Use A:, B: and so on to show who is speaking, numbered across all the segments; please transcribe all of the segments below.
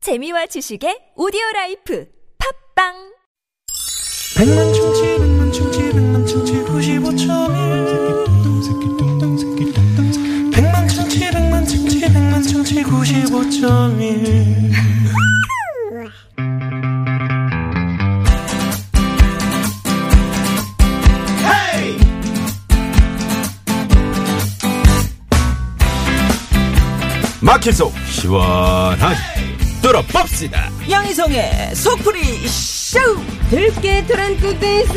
A: 재미와 지식의 오디오 라이프 팝빵
B: 백만 충치 백만 충치 백만 충치 구십오점일 백만 충치 백만 충치 백만 충치 구십오점일
C: 마켓 속 시원하게 뚫어봅시다.
D: 양이성의 속풀이 쇼!
E: 들깨 트란꾸데이스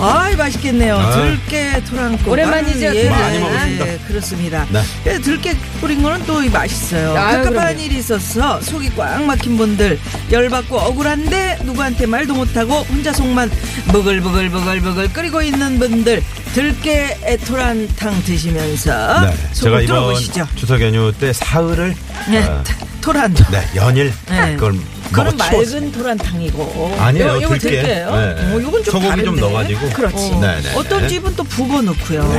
D: 아이, 맛있겠네요.
C: 아유.
D: 들깨 토랑꽃.
E: 오랜만이죠,
D: 아유, 예.
C: 많이 먹었습니다.
D: 그렇습니다.
C: 네.
D: 예, 들깨 뿌린 거는 또 맛있어요.
E: 아유,
D: 갑갑한
E: 그럼요.
D: 일이 있어서 속이 꽉 막힌 분들, 열받고 억울한데 누구한테 말도 못하고 혼자 속만 부글부글부글부글 끓이고 있는 분들, 들깨 토란탕 드시면서
C: 네,
D: 속을
C: 제가 이번
D: 아, 들어보시죠.
C: 추석 연휴 때 사흘을
D: 네,
C: 어,
D: 토란.
C: 네 연일
D: 네.
C: 그걸
D: 그건
C: 먹었죠.
D: 맑은 토란탕이고.
C: 아니에요,
D: 요건
C: 들깨.
D: 들깨예요.
C: 네.
D: 어, 요건 좀
C: 소고기
D: 다른데.
C: 좀 넣어가지고.
D: 그렇지.
C: 어. 네, 네,
D: 어떤
C: 네.
D: 집은 또 북어 넣고요.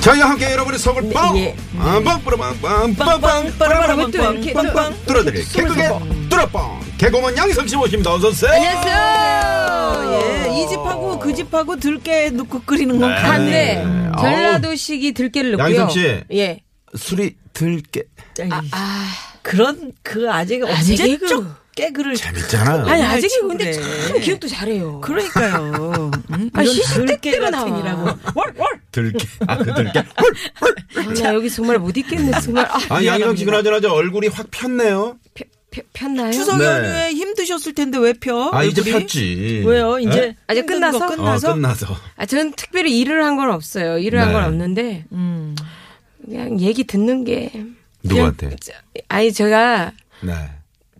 C: 저희와 함께 여러분의 속을 뻥,
E: 예.
C: 빵빵 뚫어빵빵
D: 빵빵
C: 빵빵
D: 빠라바라밤
E: 또 이렇게
D: 빵빵.
C: 뚫어드릴 개그의 뚫어뻥 개그맨 양희성 씨 모십니다. 어서 오세요.
E: 안녕하세요
D: 예, 이 집하고 그 집하고 들깨 넣고 끓이는 건
C: 어. 네.
E: 반대
C: 네.
E: 전라도식이 들깨를 넣고요
C: 양희성 씨.
E: 예.
C: 술이 들게
D: 아, 그런 그 아재가
E: 아재
D: 언제
E: 개그.
D: 쪽 깨그를
C: 재밌잖아.
D: 아이,
E: 아니 아직이
D: 친구네.
E: 근데 참 기억도 잘해요
D: 그러니까요. 음,
E: 아,
D: 이런
E: 시집
D: 들깨
E: 때때로 나와.
D: 같은이라고. 월,
C: 들게 아그 들게. 헐, 헐.
E: 나 여기 정말 못 있겠네 정말 아,
C: 그렇죠. 아 양희성 씨 그나저나 저 얼굴이 확 폈네요.
E: 펴- 펴- 폈나요?
D: 추석
C: 네.
D: 연휴에 힘 드셨을 텐데 왜 펴?
C: 아 이제
D: 어, 얼굴이?
C: 폈지.
D: 왜요?
C: 네?
D: 이제
E: 아직
D: 힘든
E: 끝나서?
D: 거
C: 어,
D: 끝나서
C: 끝나서.
E: 아, 저는 특별히 일을 한 건 없어요 일을 한
C: 네.
E: 건 없는데
D: 음,
E: 그냥 얘기 듣는 게
C: 누구한테?
E: 저- 아니 제가
C: 네.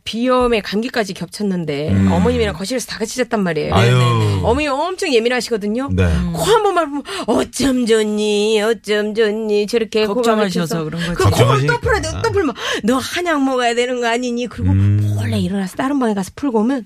E: 비염에 감기까지 겹쳤는데
C: 음.
E: 어머님이랑 거실에서 다 같이 잤단 말이에요
D: 네,
E: 네.
C: 아유.
E: 어머니 엄청 예민하시거든요
C: 네.
D: 음.
E: 코 한 번만 보면 어쩜 좋니 어쩜 좋니 저렇게 코가
D: 걱정하셔서
E: 막혀서.
D: 그런 거지.
E: 그 코를
C: 걱정하시니까.
E: 떠풀어 떠풀면 뭐, 너 한약 먹어야 되는 거 아니니 그리고
C: 음.
E: 몰래 일어나서 다른 방에 가서 풀고 오면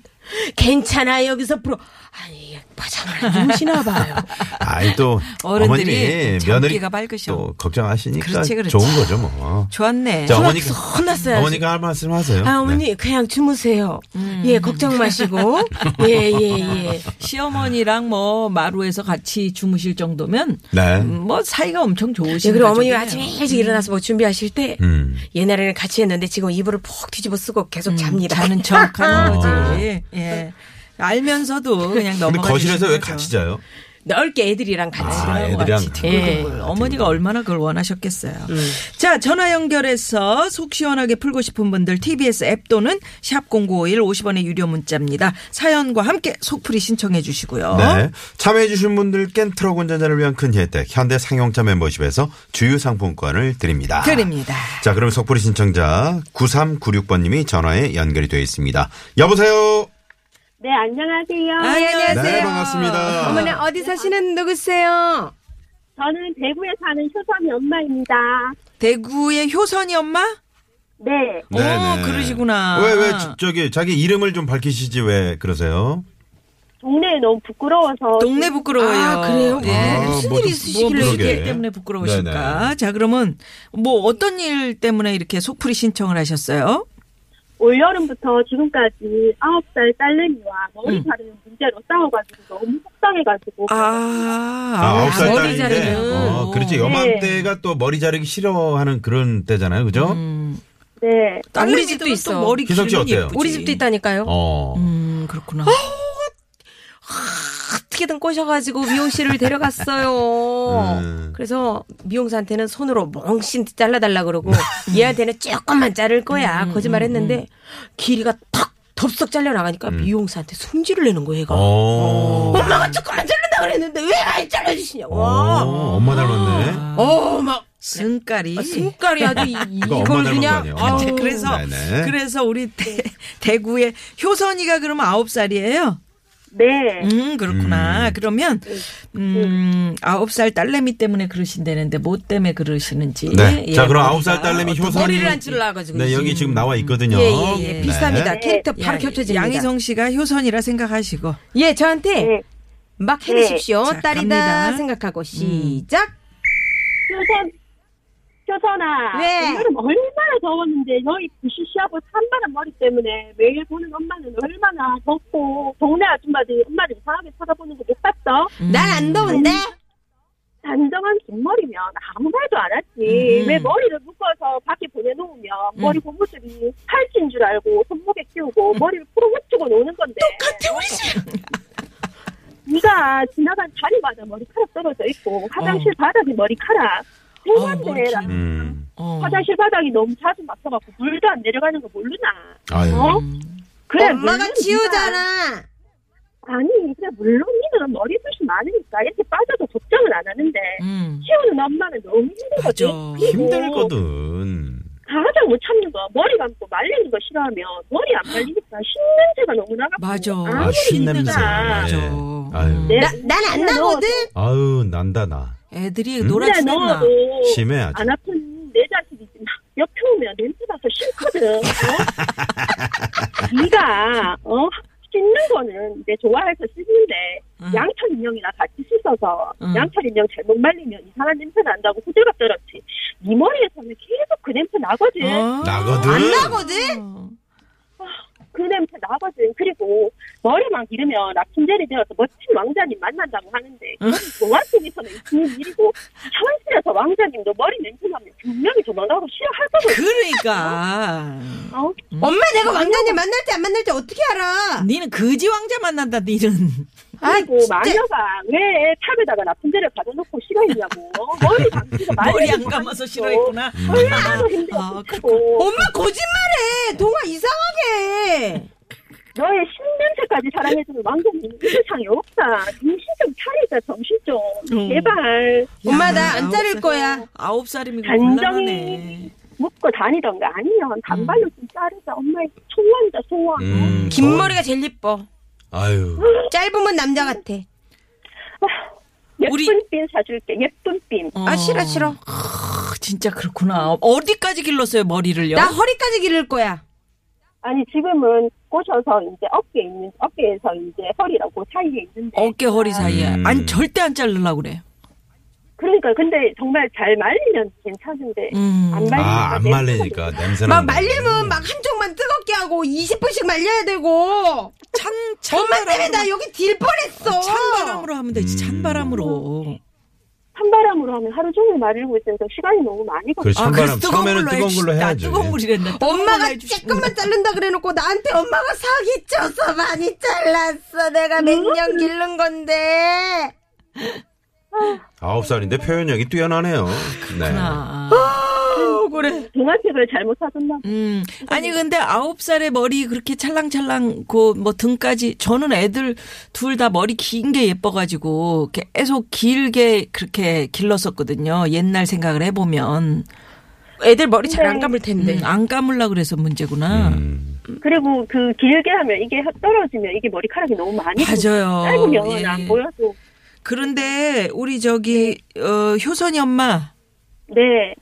E: 괜찮아 여기서 풀어 아니 화장을 안 주무시나 봐요
C: 아이 또
D: 어른들이
C: 어머님이
D: 참
C: 며느리
D: 기가 밝으셔.
C: 또 걱정하시니까
D: 그렇지, 네. 그렇지.
C: 좋은 거죠 뭐.
D: 좋았네.
C: 자 어머니
E: 혼났어요
C: 어머니가 할 말씀하세요. 네.
E: 아 어머니 그냥 주무세요 예 걱정 마시고 예 예, 예.
D: 시어머니랑 뭐 마루에서 같이 주무실 정도면
C: 네.
D: 음, 뭐 사이가 엄청 좋으신
E: 예, 그리고 어머니가
D: 가족이네요.
E: 아침에 일찍 일어나서 뭐 준비하실 때
C: 음.
D: 네,
E: 옛날에는 같이 했는데 지금 이불을 푹 뒤집어 쓰고 계속 잡니다. 아.
D: 자는 척 하는
C: 어.
D: 거지. 예. 알면서도 그냥
C: 근데
D: 넘어가
C: 거실에서
D: 주시는
C: 왜
D: 거죠.
C: 같이 자요?
E: 넓게 애들이랑 같이.
C: 아
D: 같이
C: 애들이랑 네.
D: 같이
C: 같이.
E: 예.
D: 어머니가 얼마나 그걸 원하셨겠어요.
E: 음.
D: 자, 전화 연결해서 속 시원하게 풀고 싶은 분들 TBS 앱 또는 샵 0951 50원의 유료 문자입니다. 사연과 함께 속풀이 신청해 주시고요.
C: 네. 참여해주신 분들께는 트럭 운전자를 위한 큰 혜택 현대 상용차 멤버십에서 주유 상품권을 드립니다.
D: 드립니다.
C: 자 그럼 속풀이 신청자 9396번님이 전화에 연결이 되어 있습니다. 여보세요.
F: 네, 안녕하세요.
E: 예,
D: 아이, 안녕하세요.
C: 네 반갑습니다.
E: 어머니 어디 사시는 누구세요?
F: 저는 대구에 사는 효선이 엄마입니다.
D: 대구의 효선이 엄마?
F: 네.
D: 오, 그러시구나.
C: 왜, 왜, 저- 저기, 자기 이름을 좀 밝히시지 왜 그러세요?
F: 동네에 너무 부끄러워서.
D: 동네 부끄러워요.
E: 아, 그래요?
D: 예.
C: 아,
E: 무슨
C: 뭐
E: 일이
C: 좀-
E: 있으시길래
C: 뭐
D: 무슨
C: 그러게.
D: 일 때문에 부끄러우실까?
C: 네네.
D: 자, 그러면 뭐 어떤 일 때문에 이렇게 속풀이 신청을 하셨어요?
F: 올여름부터 지금까지 9살 딸내미와 머리 자르는 문제로 싸워가지고 너무 속상해가지고.
D: 음. 아, 네.
C: 아,
E: 아홉
C: 9살
E: 머리
C: 딸인데.
E: 자르는.
C: 어, 그렇지. 요맘때가 또 머리 자르기 싫어하는 그런 때잖아요. 그죠?
F: 네.
D: 딸내미들은
E: 우리 집도
D: 또
E: 있어.
D: 머리
C: 기석 씨
D: 길면
C: 어때요?
D: 예쁘지.
E: 우리 집도 있다니까요.
C: 어.
D: 음, 그렇구나.
E: 어떻게든 꼬셔가지고 미용실을 데려갔어요.
C: 음.
E: 그래서 미용사한테는 손으로 멍신 잘라달라 그러고 얘한테는 조금만 자를 거야 거짓말했는데 길이가 탁 덥석 잘려 나가니까 미용사한테 손질을 내는 거야 얘가.
C: 음. 어.
E: 엄마가 조금만 자른다 그랬는데 왜 안 잘라주시냐고.
C: 어, 엄마
E: 아.
C: 닮았네.
E: 어막
D: 승깔이.
E: 손가락이 아주 어. 이-
C: 그거 엄마 네,
E: 이걸
C: 닮은 거
E: 그냥
C: 아니에요?
E: 아우.
D: 자, 그래서
C: 네네.
D: 그래서 우리 대, 구의 효선이가 그러면 아홉 살이에요.
F: 네.
D: 음 그렇구나. 그러면
E: 네.
D: 음 아홉 살 딸내미 때문에 그러신다는데 뭐 때문에 그러시는지.
C: 네.
D: 예,
C: 자, 그럼
D: 머리가
C: 아홉 살 딸내미
D: 어떤-
C: 효선이.
E: 머리를 안 찔러가지고
C: 네, 여기 지금 나와 있거든요.
E: 예예예 비슷합니다
C: 네.
E: 캐릭터 바로
D: 야,
E: 겹쳐집니다.
D: 예, 양희성 씨가 효선이라 생각하시고
E: 예 저한테
F: 네.
E: 막 해내십시오
D: 자,
E: 딸이다 음.
D: 갑니다.
E: 생각하고 시작.
F: 효선, 효선아.
E: 네.
F: 오늘은 얼마나 더웠는데 너희 부시 시아버지 한바람 머리 때문에 매일 보는 엄마는 얼마나 덥고 동네 아줌마들이 엄마를 이상하게 쳐다보는 거 못 봤어?
E: 난 안 더운데?
F: 단정한 긴 머리면 아무 말도 안 하지.
D: 음.
F: 왜 머리를 묶어서 밖에 보내놓으면 머리 고무줄이 팔찌인 줄 알고 손목에 끼우고 머리를 풀어 흩치고 노는 건데. 똑같아 우리 집. 네가 지나간 자리마다 머리카락 떨어져 있고 화장실 바닥이 머리카락.
D: 머리
F: 생각대라.
D: 긴-
C: 음.
D: 뭐 어.
F: 화장실 바닥이 너무 자주 막혀갖고 물도 안 내려가는 거 모르나?
C: 아유.
F: 어? 그래
E: 엄마가
F: 물론 네가-
E: 치우잖아.
F: 아니 그래 물론 니는 머리숱이 많으니까 이렇게 빠져도 걱정은 안 하는데
C: 네.
D: 음.
F: 키우는 엄마는 너무
D: 맞아.
F: 힘들거든. 그리고
C: 힘들거든.
F: 가장 못 참는 거 머리 감고 말리는 거 싫어하면 머리 안 말리니까 신냄새가 너무 나가고
D: 맞아.
F: 아무리
C: 아, 신냄새.
F: 힘들다.
D: 맞아.
C: 아유.
F: 네.
E: 나, 난 안 나거든?
C: 아유, 난다, 나.
D: 음. 애들이
C: 음?
E: 네,
F: 물에
D: 놀아주나.
F: 넣어도
C: 심해, 아주.
F: 안 아픈 내 자식이지 막 옆에 오면 냄새 나서 싫거든. 어? 네가 어 씻는 거는 내 좋아해서 씻는데
D: 음.
F: 양털 인형이나 같이 씻어서
D: 음.
F: 양털 인형 잘못 말리면 이상한 냄새 난다고 후들갑 떨었지. 네 머리에서는 계속 그 냄새 나거든.
E: 네.
D: 어.
C: 나거든.
E: 안 나거든?
F: 그 냄새 나거든. 그리고 머리만 기르면 라푼젤이 되어서 멋진 왕자님 만난다고 하는데 동화속에서는 무슨 일이고 현실에서 왕자님도 머리 냄새 나면 분명히 도망가고 싫어할 거거든.
D: 그러니까.
F: 어?
E: 엄마 내가 왕자님 만날 때 안 만날 때 어떻게 알아?
D: 니는 거지 왕자 만난다, 니는.
F: 그리고
E: 진짜.
F: 마녀가 왜 탑에다가 라푼젤을 가둬놓고 싫어했냐고. 머리 감기가 많이
D: 머리 안
F: 해서
D: 감아서
F: 가지고
D: 싫어했구나.
F: 얼마나 힘들고
D: 아,
F: 고
E: 엄마 거짓말해! 동화 이상하게 해!
F: 너의 신냄새까지 사랑해주는 왕자님 이 세상에 없다. 정신 좀 차리자 정신 좀.
D: 음.
F: 제발
E: 엄마 나 안 자를 거야.
D: 아홉 살이면 이거 곤란하네. 음.
F: 단정히 예, 묶고 다니던가 아니면 단발로 좀 자르자. 엄마의 소원이다 소원.
C: 음,
E: 긴
C: 어?
E: 머리가 제일 예뻐.
C: 아유.
E: 짧으면 남자 같아.
F: 예쁜
D: 우리-
F: 핀 사줄게. 예쁜 핀.
E: 아 싫어 싫어.
D: 크, 진짜 그렇구나. 어디까지 길렀어요 머리를요?
E: 나 허리까지 기를 거야.
F: 아니 지금은 꼬셔서 이제 어깨 있는 어깨에서 이제 허리라고 사이에 있는데.
D: 어깨 허리 사이에.
C: 음.
D: 아니 절대 안 자르려 그래.
F: 그러니까 근데 정말 잘 말리면 괜찮은데
D: 음.
F: 안 말리니까
C: 아, 안 말리니까 냄새 나.
E: 막 말리면 막 한쪽만 뜨겁게 하고 20분씩 말려야 되고.
D: 찬
E: 엄마 때문에
D: 찬바람으로
E: 나 여기 딜 뻔했어.
D: 찬바람으로 하면 되지.
C: 음.
D: 찬바람으로.
F: 찬바람으로 하면 하루 종일 말리고 있으니까 시간이 너무 많이 걸려.
C: 그렇지,
D: 아,
C: 찬바람. 처음에는
D: 해.
C: 뜨거운 걸로
D: 나
C: 해야지.
D: 뜨거운 물이랬나? 뜨거운 걸로
E: 엄마가
D: 해주시고.
E: 조금만 자른다 그래놓고 나한테 엄마가 사기 쳐서 많이 잘랐어. 내가 몇 년 기른 건데.
C: 아홉 살인데 표현력이 뛰어나네요. 네.
D: 아.
E: 어, 그래.
D: 그렇죠.
F: 등하책을 잘못 사줬나? 봐.
D: 음. 아니 근데 아홉 살에 머리 그렇게 찰랑찰랑 그 뭐 등까지 저는 애들 둘 다 머리 긴 게 예뻐가지고 계속 길게 그렇게 길렀었거든요. 옛날 생각을 해보면
E: 애들 머리 잘 안 감을 텐데.
D: 음, 안 감을라 그래서 문제구나.
C: 음.
F: 그리고 그 길게 하면 이게 떨어지면 이게 머리카락이 너무 많이
D: 맞아요.
F: 짧으면
D: 예.
F: 안 보여도
D: 그런데 우리 저기 어, 효선이 엄마
F: 네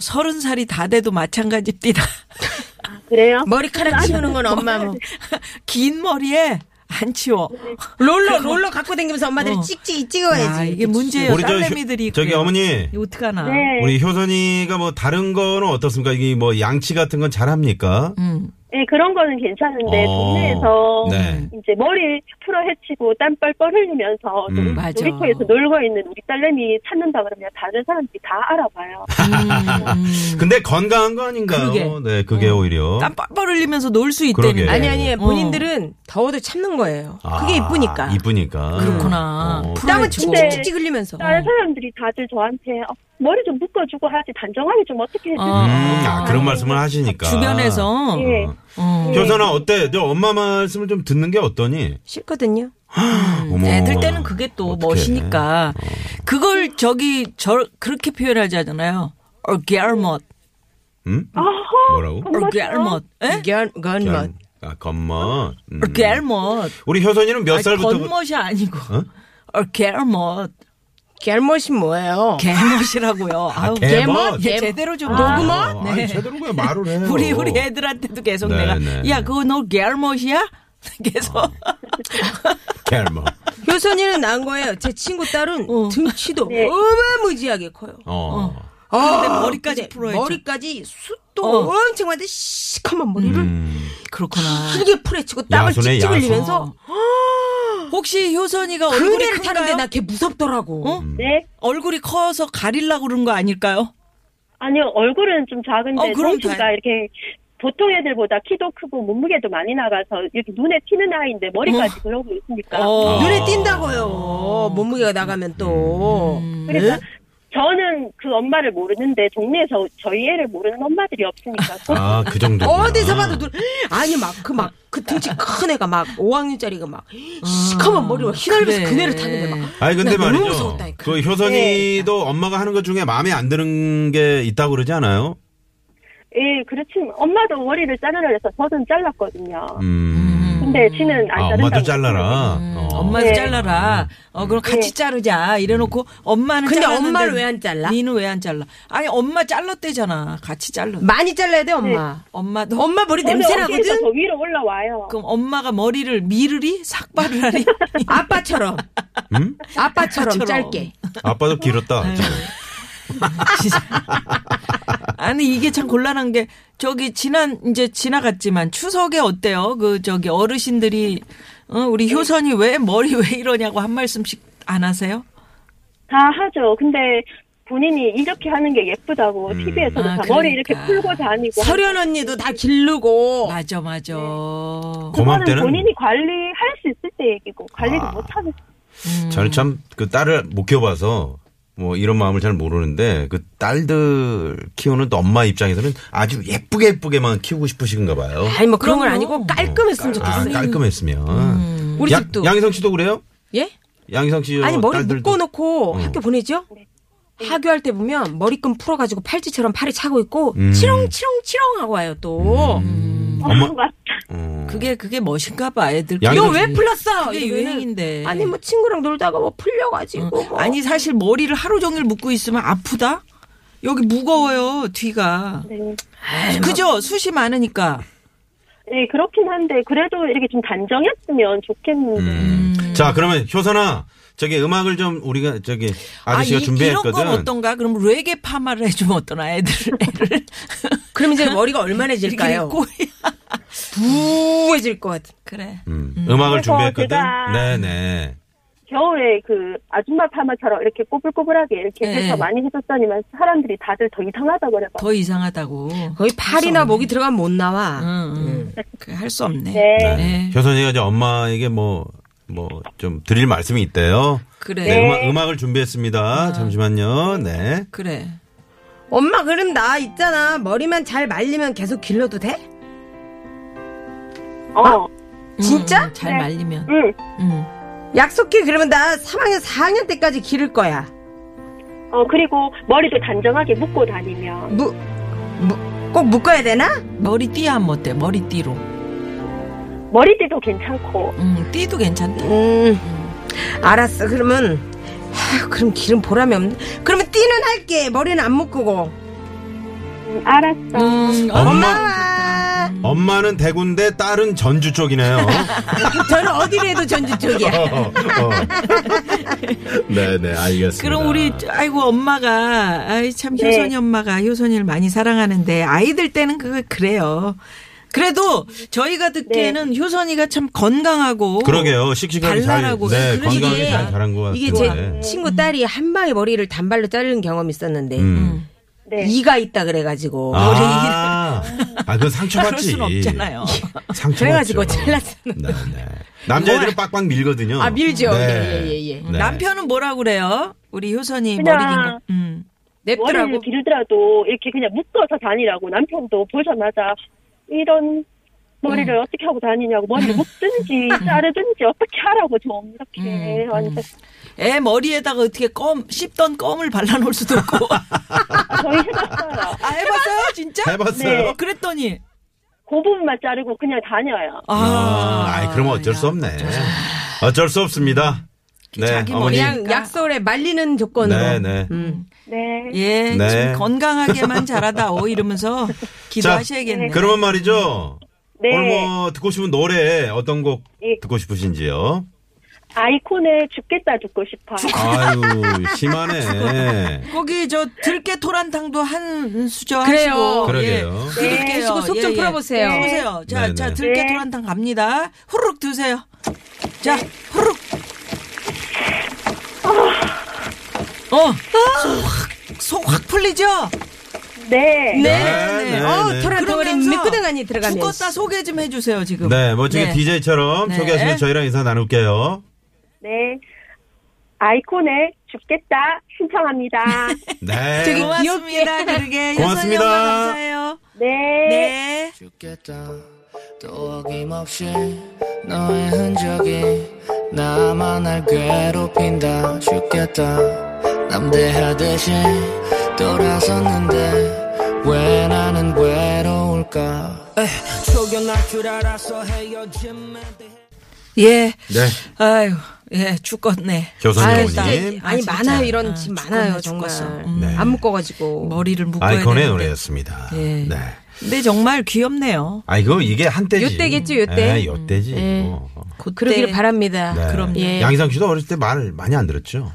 D: 서른 살이 다 돼도 마찬가지입니다.
F: 그래요.
E: 머리카락 치우는 건 엄마 뭐.
D: 긴 머리에 안 치워.
E: 롤러 롤러 갖고 다니면서 엄마들이
D: 어.
E: 찍찍
D: 야,
E: 찍어야지.
D: 이게 문제예요.
C: 우리 저,
D: 네, 딸내미들이
C: 효- 저기
D: 그래요.
C: 어머니.
D: 이거 어떡하나.
F: 네.
C: 아, 우리 효선이가 뭐 다른 거는 어떻습니까? 이게 뭐 양치 같은 건 잘합니까?
D: 음. 네,
F: 네, 그런 거는 괜찮은데
C: 어,
F: 동네에서
C: 네.
F: 이제 머리 풀어 헤치고 땀 뻘뻘 흘리면서
C: 음.
F: 놀-
D: 맞아.
F: 놀이터에서 놀고 있는 우리 딸내미 찾는다 그러면 다른 사람들이 다 알아봐요.
C: 근데 건강한 거 아닌가요?
D: 음. 그러게. 음.
C: 네, 그게 오히려.
D: 땀 뻘뻘 흘리면서 놀 수
C: 그러게. 아,
D: 있다니까.
E: 아니 아니
D: 어.
E: 본인들은 더워도 참는 거예요. 그게 아, 이쁘니까.
C: 이쁘니까.
D: 그렇구나.
C: 어,
E: 땀을
D: 풀어주고.
F: 근데-
E: 찍찍찍 흘리면서.
F: 다른 사람들이 다들 저한테 어, 머리 좀 묶어주고 하지 단정하게 좀 어떻게 해주지?
D: 어.
C: 음, 아, 그런 말씀을 음. 하시니까.
D: 주변에서.
F: 예.
D: 어.
C: 효선아, 어때? 너 엄마 말씀을 좀 듣는 게 어떠니?
E: 싫거든요.
C: 어머.
D: 네, 애들 때는 그게 또
C: 어떡해. 어.
D: 멋이니까. 그걸 저기 저 그렇게 표현하지 않아요. 얼게알못
C: 응? 뭐라고?
D: 얼게알못 예?
C: 음.
E: 견 건멋.
C: 아, 겉멋. 음.
D: 얼게알못
C: 우리 효선이는 몇 살부터?
D: 어,
C: 어?
D: 겉멋이 아니고. 어, 얼게알못
E: 견멋이 뭐예요?
D: 개멋이라고요. 아우,
C: 개멋?
D: 예,
E: 개멋.
D: 제대로 좀
C: 아,
D: 녹음어?
C: 어, 아니, 제대로 그냥 말을 해요.
D: 우리 우리 애들한테도 계속
C: 네,
D: 내가
C: 네, 아.
D: 야
C: 네.
D: 그거 너 개알못이야? 계속
C: 겉멋.
E: 효선이는 난 거예요. 제 친구 딸은
D: 어.
E: 등치도
F: 네.
E: 어마무지하게 커요.
C: 어.
E: 아
D: 근데 머리까지
E: 근데
D: 풀어야죠.
E: 머리까지 숱도
D: 어.
E: 엄청 많은데 시커먼 머리를
D: 그렇구나.
E: 길게 풀에치고 땀을
C: 음. 야수네,
E: 찍찍
C: 야수.
E: 흘리면서
D: 혹시 효선이가 얼굴이
E: 그네를
D: 어. 큰가요?
E: 타는데 나 걔 무섭더라고.
D: 어?
F: 네.
D: 얼굴이 커서 가리려고 그런 거 아닐까요?
F: 아니요, 얼굴은 좀 작은데
D: 어, 그럼
F: 성수가
D: 다행-
F: 이렇게 보통 애들보다 키도 크고 몸무게도 많이 나가서 이렇게 눈에 튀는 아이인데 머리까지 그러고 있으니까.
D: 어.
C: 아.
E: 눈에 띈다고요. 몸무게가 나가면 또.
D: 음.
E: 네?
F: 그래서 저는 그 엄마를 모르는데 동네에서 저희 애를 모르는 엄마들이 없으니까 꼭
C: 아 그 정도.
E: 어디서 봐도 눈 아니 막 그 막 그 등치 큰 애가 막 5학년짜리가 막 시커먼 머리로 휘날면서
D: 아. 그래.
E: 그 애를 타는데 막
C: 아니 근데
E: 나 너무
C: 말이죠.
E: 무서웠다, 이거.
C: 그 효선이도 엄마가 하는 것 중에 마음에 안 드는 게 있다고 그러지 않아요?
F: 예, 그렇지만 엄마도 머리를 자르려 해서 저는 잘랐거든요.
C: 음.
F: 근데 지는 안
C: 아
F: 자른다고.
C: 엄마도 잘라라. 어.
D: 엄마도
F: 네.
D: 잘라라. 어, 그럼 같이 자르자. 이래놓고 엄마는
E: 음. 네. 근데
D: 잘랐는데
E: 엄마를 왜안 잘라?
D: 니는 왜 안 잘라? 아니 엄마 잘랐대잖아. 같이 잘라.
E: 많이 잘라야 돼 엄마.
D: 엄마도
E: 엄마 머리
F: 저는
E: 냄새
F: 어깨에서 저
E: 나거든.
F: 위로 올라와요.
D: 그럼 엄마가 머리를 미르리 삭발을 하니.
E: 아빠처럼
C: 음?
E: 아빠처럼
D: 아빠처럼.
E: 짧게.
C: 아빠도 길었다. 지금.
D: 진짜. 아니 이게 참 곤란한 게 저기 지난 이제 지나갔지만 추석에 어때요? 그 저기 어르신들이 어, 우리 효선이 왜 머리 왜 이러냐고 한 말씀씩 안 하세요?
F: 다 하죠. 근데 본인이 이렇게 하는 게 예쁘다고
C: 음.
F: TV에서도
D: 아,
F: 다
D: 그러니까.
F: 머리 이렇게 풀고 다니고.
E: 서련 언니도 다 기르고
D: 맞아 맞아.
C: 고맘
F: 그거는
C: 때는
F: 본인이 관리할 수 있을 때 얘기고 관리를
C: 아.
F: 못하는
C: 저는 참 그 딸을 못 키워봐서 뭐 이런 마음을 잘 모르는데 그 딸들 키우는 또 엄마 입장에서는 아주 예쁘게 예쁘게만 키우고 싶으신가 봐요.
E: 아니 뭐 그런 건
D: 그럼요.
E: 아니고 깔끔했으면
C: 아,
E: 좋겠어요.
C: 깔끔했으면.
E: 우리
C: 양-
E: 집도.
C: 양희성 씨도 그래요?
E: 예?
C: 양희성 씨
E: 아니 머리
C: 딸들도
E: 묶어놓고
C: 어.
E: 학교 보내죠. 학교할 때 보면 머리끈 풀어가지고 팔찌처럼 팔이 차고 있고
C: 음.
E: 치렁치렁치렁 하고 와요 또.
C: 엄마-
F: 엄마.
C: 어.
D: 그게 그게 멋인가 봐 애들.
C: 야,
E: 이거
C: 양쪽
E: 왜 풀렸어?
D: 그게
E: 이러면은
D: 유행인데.
E: 아니 뭐 친구랑 놀다가 뭐 풀려가지고. 뭐.
D: 아니 사실 머리를 하루 종일 묶고 있으면 아프다. 여기 무거워요 뒤가.
F: 네.
D: 그죠? 숱이 많으니까.
F: 네, 그렇긴 한데 그래도 이렇게 좀 단정했으면 좋겠는데.
C: 음. 자 그러면 효선아 저기 음악을 좀 우리가 저기 아저씨가
D: 이-
C: 준비했거든.
D: 이런 건 어떤가? 그럼 레게 파마를 해주면 어떠나 애들 애를
E: 그럼 이제 머리가
D: 이렇게
E: 얼마나질까요?
D: 꼬야.
E: 부해질 것 같아.
D: 그래.
C: 음.
E: 어,
C: 음악을
F: 그래서
C: 준비했거든.
F: 제가-
C: 네네.
F: 겨울에 그 아줌마 파마처럼 이렇게 꼬불꼬불하게 이렇게
D: 네.
F: 해서 많이 해줬더니만 사람들이 다들 더 이상하다 그래요.
D: 더 이상하다고.
E: 거의 팔이나 목이 들어가면 못 나와.
D: 응, 응. 할 수 없네.
F: 네.
C: 네.
D: 네.
C: 효선이가 이제 엄마에게 뭐 뭐 좀 드릴 말씀이 있대요.
D: 그래.
C: 네, 음악, 음악을 준비했습니다. 잠시만요. 네.
D: 그래.
E: 엄마 그럼 나 있잖아 머리만 잘 말리면 계속 길러도 돼?
F: 어,
E: 진짜?
D: 응, 잘
F: 네.
D: 말리면.
F: 응.
D: 응.
E: 음, 약속해 그러면 나 3학년 4학년 때까지 기를 거야.
F: 어 그리고 머리도 단정하게 묶고 다니면
E: 무, 무, 꼭 묶어야 되나?
D: 머리띠 하면 어때? 머리띠로.
F: 머리띠도 괜찮고.
D: 응, 띠도 괜찮다.
E: 음, 알았어. 그러면, 아휴, 그럼 기름 보람이 없네. 그러면 띠는 할게. 머리는 안 묶고.
F: 음, 알았어.
D: 음, 어,
C: 엄마
E: 아,
C: 엄마는 대구인데 딸은 전주 쪽이네요.
E: 저는 어디를 해도 전주 쪽이야.
C: 네네 알겠습니다.
D: 그럼 우리 아이고 엄마가 아이 참
F: 네.
D: 효선이 엄마가 효선이를 많이 사랑하는데 아이들 때는 그거 그래요. 그래도 저희가 듣기에는 효선이가 참 건강하고
C: 그러게요. 씩씩하게 잘,
D: 발랄하고
C: 네,
D: 그런
C: 건강하게
D: 식의-
C: 잘 자란 것 같아요. 네.
E: 이게 제 친구 딸이 한 방에 머리를 단발로 자른 경험이 있었는데,
C: 음.
F: 네.
E: 이가 있다 그래가지고.
C: 아, 아, 그건
D: 그럴
C: 상처받지. 예.
D: 순 없잖아요.
C: 상처
E: 그래가지고
C: 받죠.
E: 잘랐었는데.
C: 네, 네. 남자애들은 빡빡 밀거든요.
E: 아, 밀죠. 예, 예, 예, 예.
C: 네.
D: 남편은 뭐라 그래요? 우리 효선이
F: 그냥-
D: 머리 긴 거. 음.
E: 냅더라고.
F: 머리를 기르더라도 이렇게 그냥 묶어서 다니라고 남편도 보자마자 이런 머리를 어떻게 하고 다니냐고 머리를 묶든지 자르든지 어떻게 하라고 좀 이렇게 완전
D: 애 머리에다가 어떻게 껌 씹던 껌을 발라놓을 수도 없고.
F: 저희 해봤어요.
D: 아 해봤어요 진짜?
C: 해봤어요.
D: 어, 그랬더니
F: 그 부분만 자르고 그냥 다녀요.
C: 아, 아이, 그러면 어쩔 수 없네. 어쩔 수 없습니다. 네,
D: 자기
C: 어머니.
E: 그냥 약속에 말리는 조건으로.
C: 네, 네.
F: 네.
D: 예,
C: 네.
D: 좀 건강하게만 자라다오 어, 이러면서 기도하셔야겠네.
C: 그러면 말이죠.
F: 네.
C: 오늘 뭐 듣고 싶은 노래 어떤 곡
F: 예.
C: 듣고 싶으신지요?
F: 아이콘을 죽겠다 죽고 싶어.
C: 아유, 심하네.
D: 거기 저 들깨 토란탕도 한 수저
E: 그래요.
D: 하시고
C: 그러게요.
D: 예.
E: 네,
D: 드릴게요.
E: 수고 속좀 풀어보세요.
D: 풀어보세요. 자,
C: 네네.
D: 자 들깨
F: 네.
D: 토란탕 갑니다. 후루룩 드세요. 자, 후루룩. 어, 속확
E: 아,
D: 풀리죠?
F: 네.
E: 네.
C: 네, 네,
E: 어,
C: 네.
E: 토란토리
D: 그러면서
E: 미끄덩하니 들어가면.
D: 죽었다 소개 좀 해주세요 지금.
C: 네, 멋지게 DJ처럼
D: 네.
C: 소개하시면 저희랑 인사 나눌게요.
F: 네. 아이콘을 죽겠다 신청합니다.
C: 네.
D: 되게 고맙습니다. 그러게
C: 고맙습니다.
D: 여선이 엄마 감사해요.
F: 네.
D: 네.
G: 죽겠다 또 어김없이 너의 흔적이 나만 날 괴롭힌다 죽겠다 남대하듯이 돌아섰는데 왜 나는 외로울까 쫓겨날 줄 알아서 헤어짐에 대해
D: 예.
C: 네.
D: 아유, 예, 죽겠네.
C: 교선
E: 아유,
C: 여우님.
E: 아니,
D: 아,
E: 아니
D: 진짜.
E: 많아요 이런
D: 아,
E: 집
D: 죽었네,
E: 많아요
D: 죽었어.
E: 정말
D: 음.
C: 네.
E: 안 묶어가지고
D: 머리를 묶어야
C: 아이콘의
D: 되는데.
C: 노래였습니다.
D: 예.
C: 네.
D: 근데 정말 귀엽네요.
C: 아, 이거 이게 한때지.
E: 요때겠죠, 요때.
C: 예, 요때지.
E: 예.
C: 뭐.
E: 그러길 바랍니다.
C: 네.
D: 그럼요.
E: 예.
C: 양희상 씨도 어렸을 때 말 많이 안 들었죠?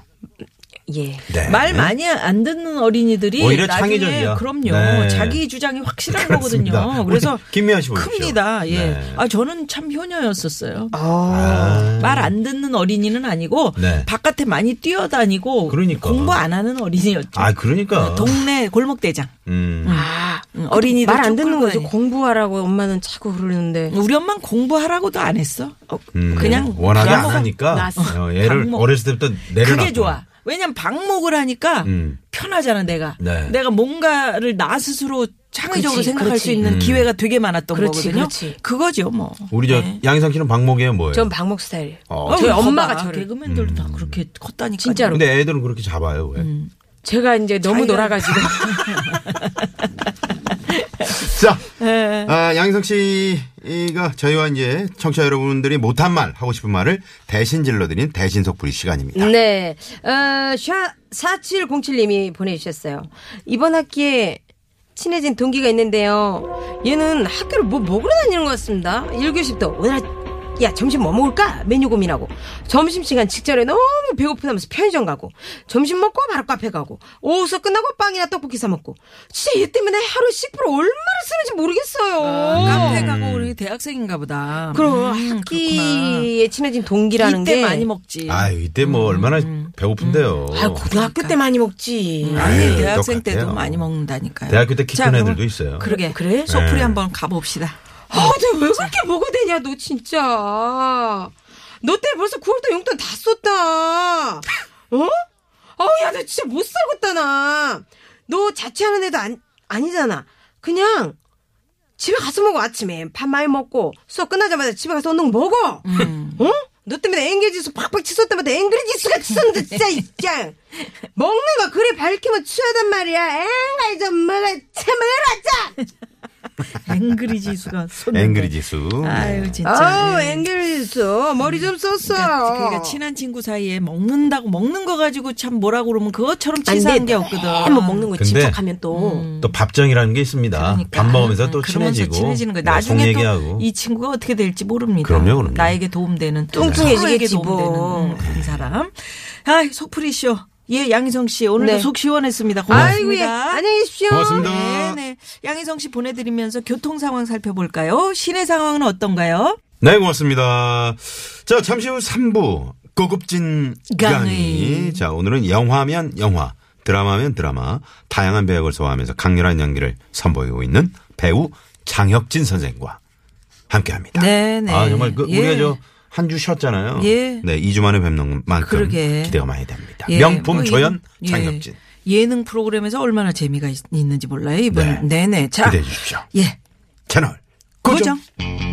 E: 예.
C: 네.
D: 말 많이 안 듣는 어린이들이
C: 오히려
D: 나중에
C: 창의적이야.
D: 그럼요.
C: 네.
D: 자기 주장이 확실한
C: 그렇습니다.
D: 거거든요.
C: 우리
D: 그래서
C: 김미아 씨 보십시오.
D: 큽니다. 예.
C: 네.
D: 아 저는 참 효녀였었어요.
C: 아.
D: 말 안 듣는 어린이는 아니고
C: 네.
D: 바깥에 많이 뛰어다니고
C: 그러니까.
D: 공부 안 하는 어린이였죠.
C: 아, 그러니까.
D: 동네 골목대장
C: 음.
E: 아,
D: 응, 어린이들
E: 말 안
D: 쭉
E: 듣는
D: 끌고
E: 거죠.
D: 다니-
E: 공부하라고 엄마는 차고 그러는데.
D: 우리 엄만 공부하라고 도안 했어.
C: 음.
D: 그냥
C: 워낙에 안
D: 방목-
C: 하니까
E: 놨어.
C: 어, 얘를
D: 방목.
C: 어렸을 때부터 내려놨
D: 그게 좋아. 왜냐면 방목을 하니까
C: 음.
D: 편하잖아 내가.
C: 네.
D: 내가 뭔가를 나 스스로 창의적으로
E: 그치,
D: 생각할
E: 그치.
D: 수 있는 기회가 되게 많았던
E: 그렇지,
D: 거거든요.
E: 그렇지.
D: 거죠 뭐.
C: 음. 우리 저 양희상 씨는 방목이에요, 뭐예요?
E: 전 방목 스타일.
C: 어. 음.
E: 저희
D: 왜
E: 엄마가
D: 거봐.
E: 저를.
D: 개그맨들도 다 그렇게 컸다니까.
E: 진짜로.
C: 근데 애들은 그렇게 잡아요, 왜?
D: 음.
E: 제가 이제 너무
D: 자기가-
E: 놀아가지고.
C: 자,
D: 네.
C: 아, 양희성 씨가 저희와 이제 청취자 여러분들이 못한 말, 하고 싶은 말을 대신 질러드린 대신 속풀이 시간입니다.
E: 네. 어, 샤, 4707님이 보내주셨어요. 이번 학기에 친해진 동기가 있는데요. 얘는 학교를 뭐 먹으러 다니는 것 같습니다. 1교시부터 오늘 아- 야 점심 뭐 먹을까 메뉴 고민하고 점심시간 직전에 너무 배고프다면서 편의점 가고 점심 먹고 바로 카페 가고 오후 수업 끝나고 빵이나 떡볶이 사 먹고 진짜 얘 때문에 하루에 10% 얼마나 쓰는지 모르겠어요
D: 카페
C: 음.
D: 가고 우리 대학생인가 보다.
E: 그럼
D: 음, 그렇구나.
E: 학기에 친해진 동기라는
D: 이때
E: 게
D: 많이 먹지.
C: 아유, 이때 뭐
D: 음,
C: 얼마나 배고픈데요.
E: 아 고등학교
D: 그러니까.
E: 때 많이 먹지
D: 아니
C: 아유,
D: 대학생
C: 똑같아요.
D: 때도 많이 먹는다니까요.
C: 대학교 때키
D: 자,
C: 큰
D: 그럼
C: 애들도 있어요.
D: 그러게.
E: 아, 그래?
D: 소풀이
C: 네.
D: 한번 가봅시다.
E: 아, 너왜 그렇게 먹어 대냐, 너 진짜. 너 때문에 벌써 9월달 용돈 다 썼다. 어? 아우, 야, 너 진짜 못 살겠다, 나. 너 자취하는 애도 안, 아니잖아. 그냥 집에 가서 먹어, 아침에. 밥 많이 먹고, 수업 끝나자마자 집에 가서 운동 먹어. 어? 너 때문에 앵글지수 팍팍 치솟 때마다 앵글지수가 치솟는데, 진짜, 진짜. 먹는 거 그래 밝히면 취하단 말이야. 앵글 좀 먹어, 참으라, 짜!
D: 앵그리 지수가 손.
C: 앵그리 지수. 네.
D: 아유 진짜.
E: 아우 앵글리스 머리 좀 썼어.
D: 예. 그러니까, 그러니까 친한 친구 사이에 먹는다고 먹는 거 가지고 참 뭐라 그러면 그것처럼 치사한 게 없거든.
E: 한번 뭐 먹는 거
C: 근데-
E: 집착하면 또
D: 음.
C: 또 밥정이라는 게 있습니다.
D: 그러니까.
C: 아, 밥 먹으면서 또
D: 응, 그러면서
C: 친해지고.
D: 친해지는 거야.
C: 네, 속
D: 나중에 또
C: 얘기하고.
D: 이 친구가 어떻게 될지 모릅니다.
C: 그럼요, 그럼요.
D: 나에게 도움되는
E: 뚱뚱해지겠지,
D: 서로에게
E: 뭐.
D: 도움되는 음, 그런 사람. 아, 속풀이 쇼. 예, 양희성 씨 오늘도
E: 네.
D: 속 시원했습니다.
E: 아이고 예.
D: 고맙습니다.
E: 안녕히 계십시오.
C: 고맙습니다.
D: 네, 네. 양희성 씨 보내드리면서 교통 상황 살펴볼까요? 시내 상황은 어떤가요?
C: 네, 고맙습니다. 자, 잠시 후 3부. 고급진
D: 강의.
C: 강의. 자, 오늘은 영화면 영화, 드라마면 드라마, 다양한 배역을 소화하면서 강렬한 연기를 선보이고 있는 배우 장혁진 선생과 함께 합니다.
D: 네, 네.
C: 아, 정말 그
D: 예.
C: 우리가 저 한 주 쉬었잖아요.
D: 예.
C: 네, 2주 만에 뵙는 만큼
D: 그러게.
C: 기대가 많이 됩니다.
D: 예,
C: 명품
D: 뭐
C: 조연
D: 이-
C: 장혁진.
D: 예. 예능 프로그램에서 얼마나 재미가 있, 는지 몰라요. 이번
C: 네.
D: 네. 네 자.
C: 기대해 주십시오.
D: 예.
C: 채널
D: 고정.
C: 고정.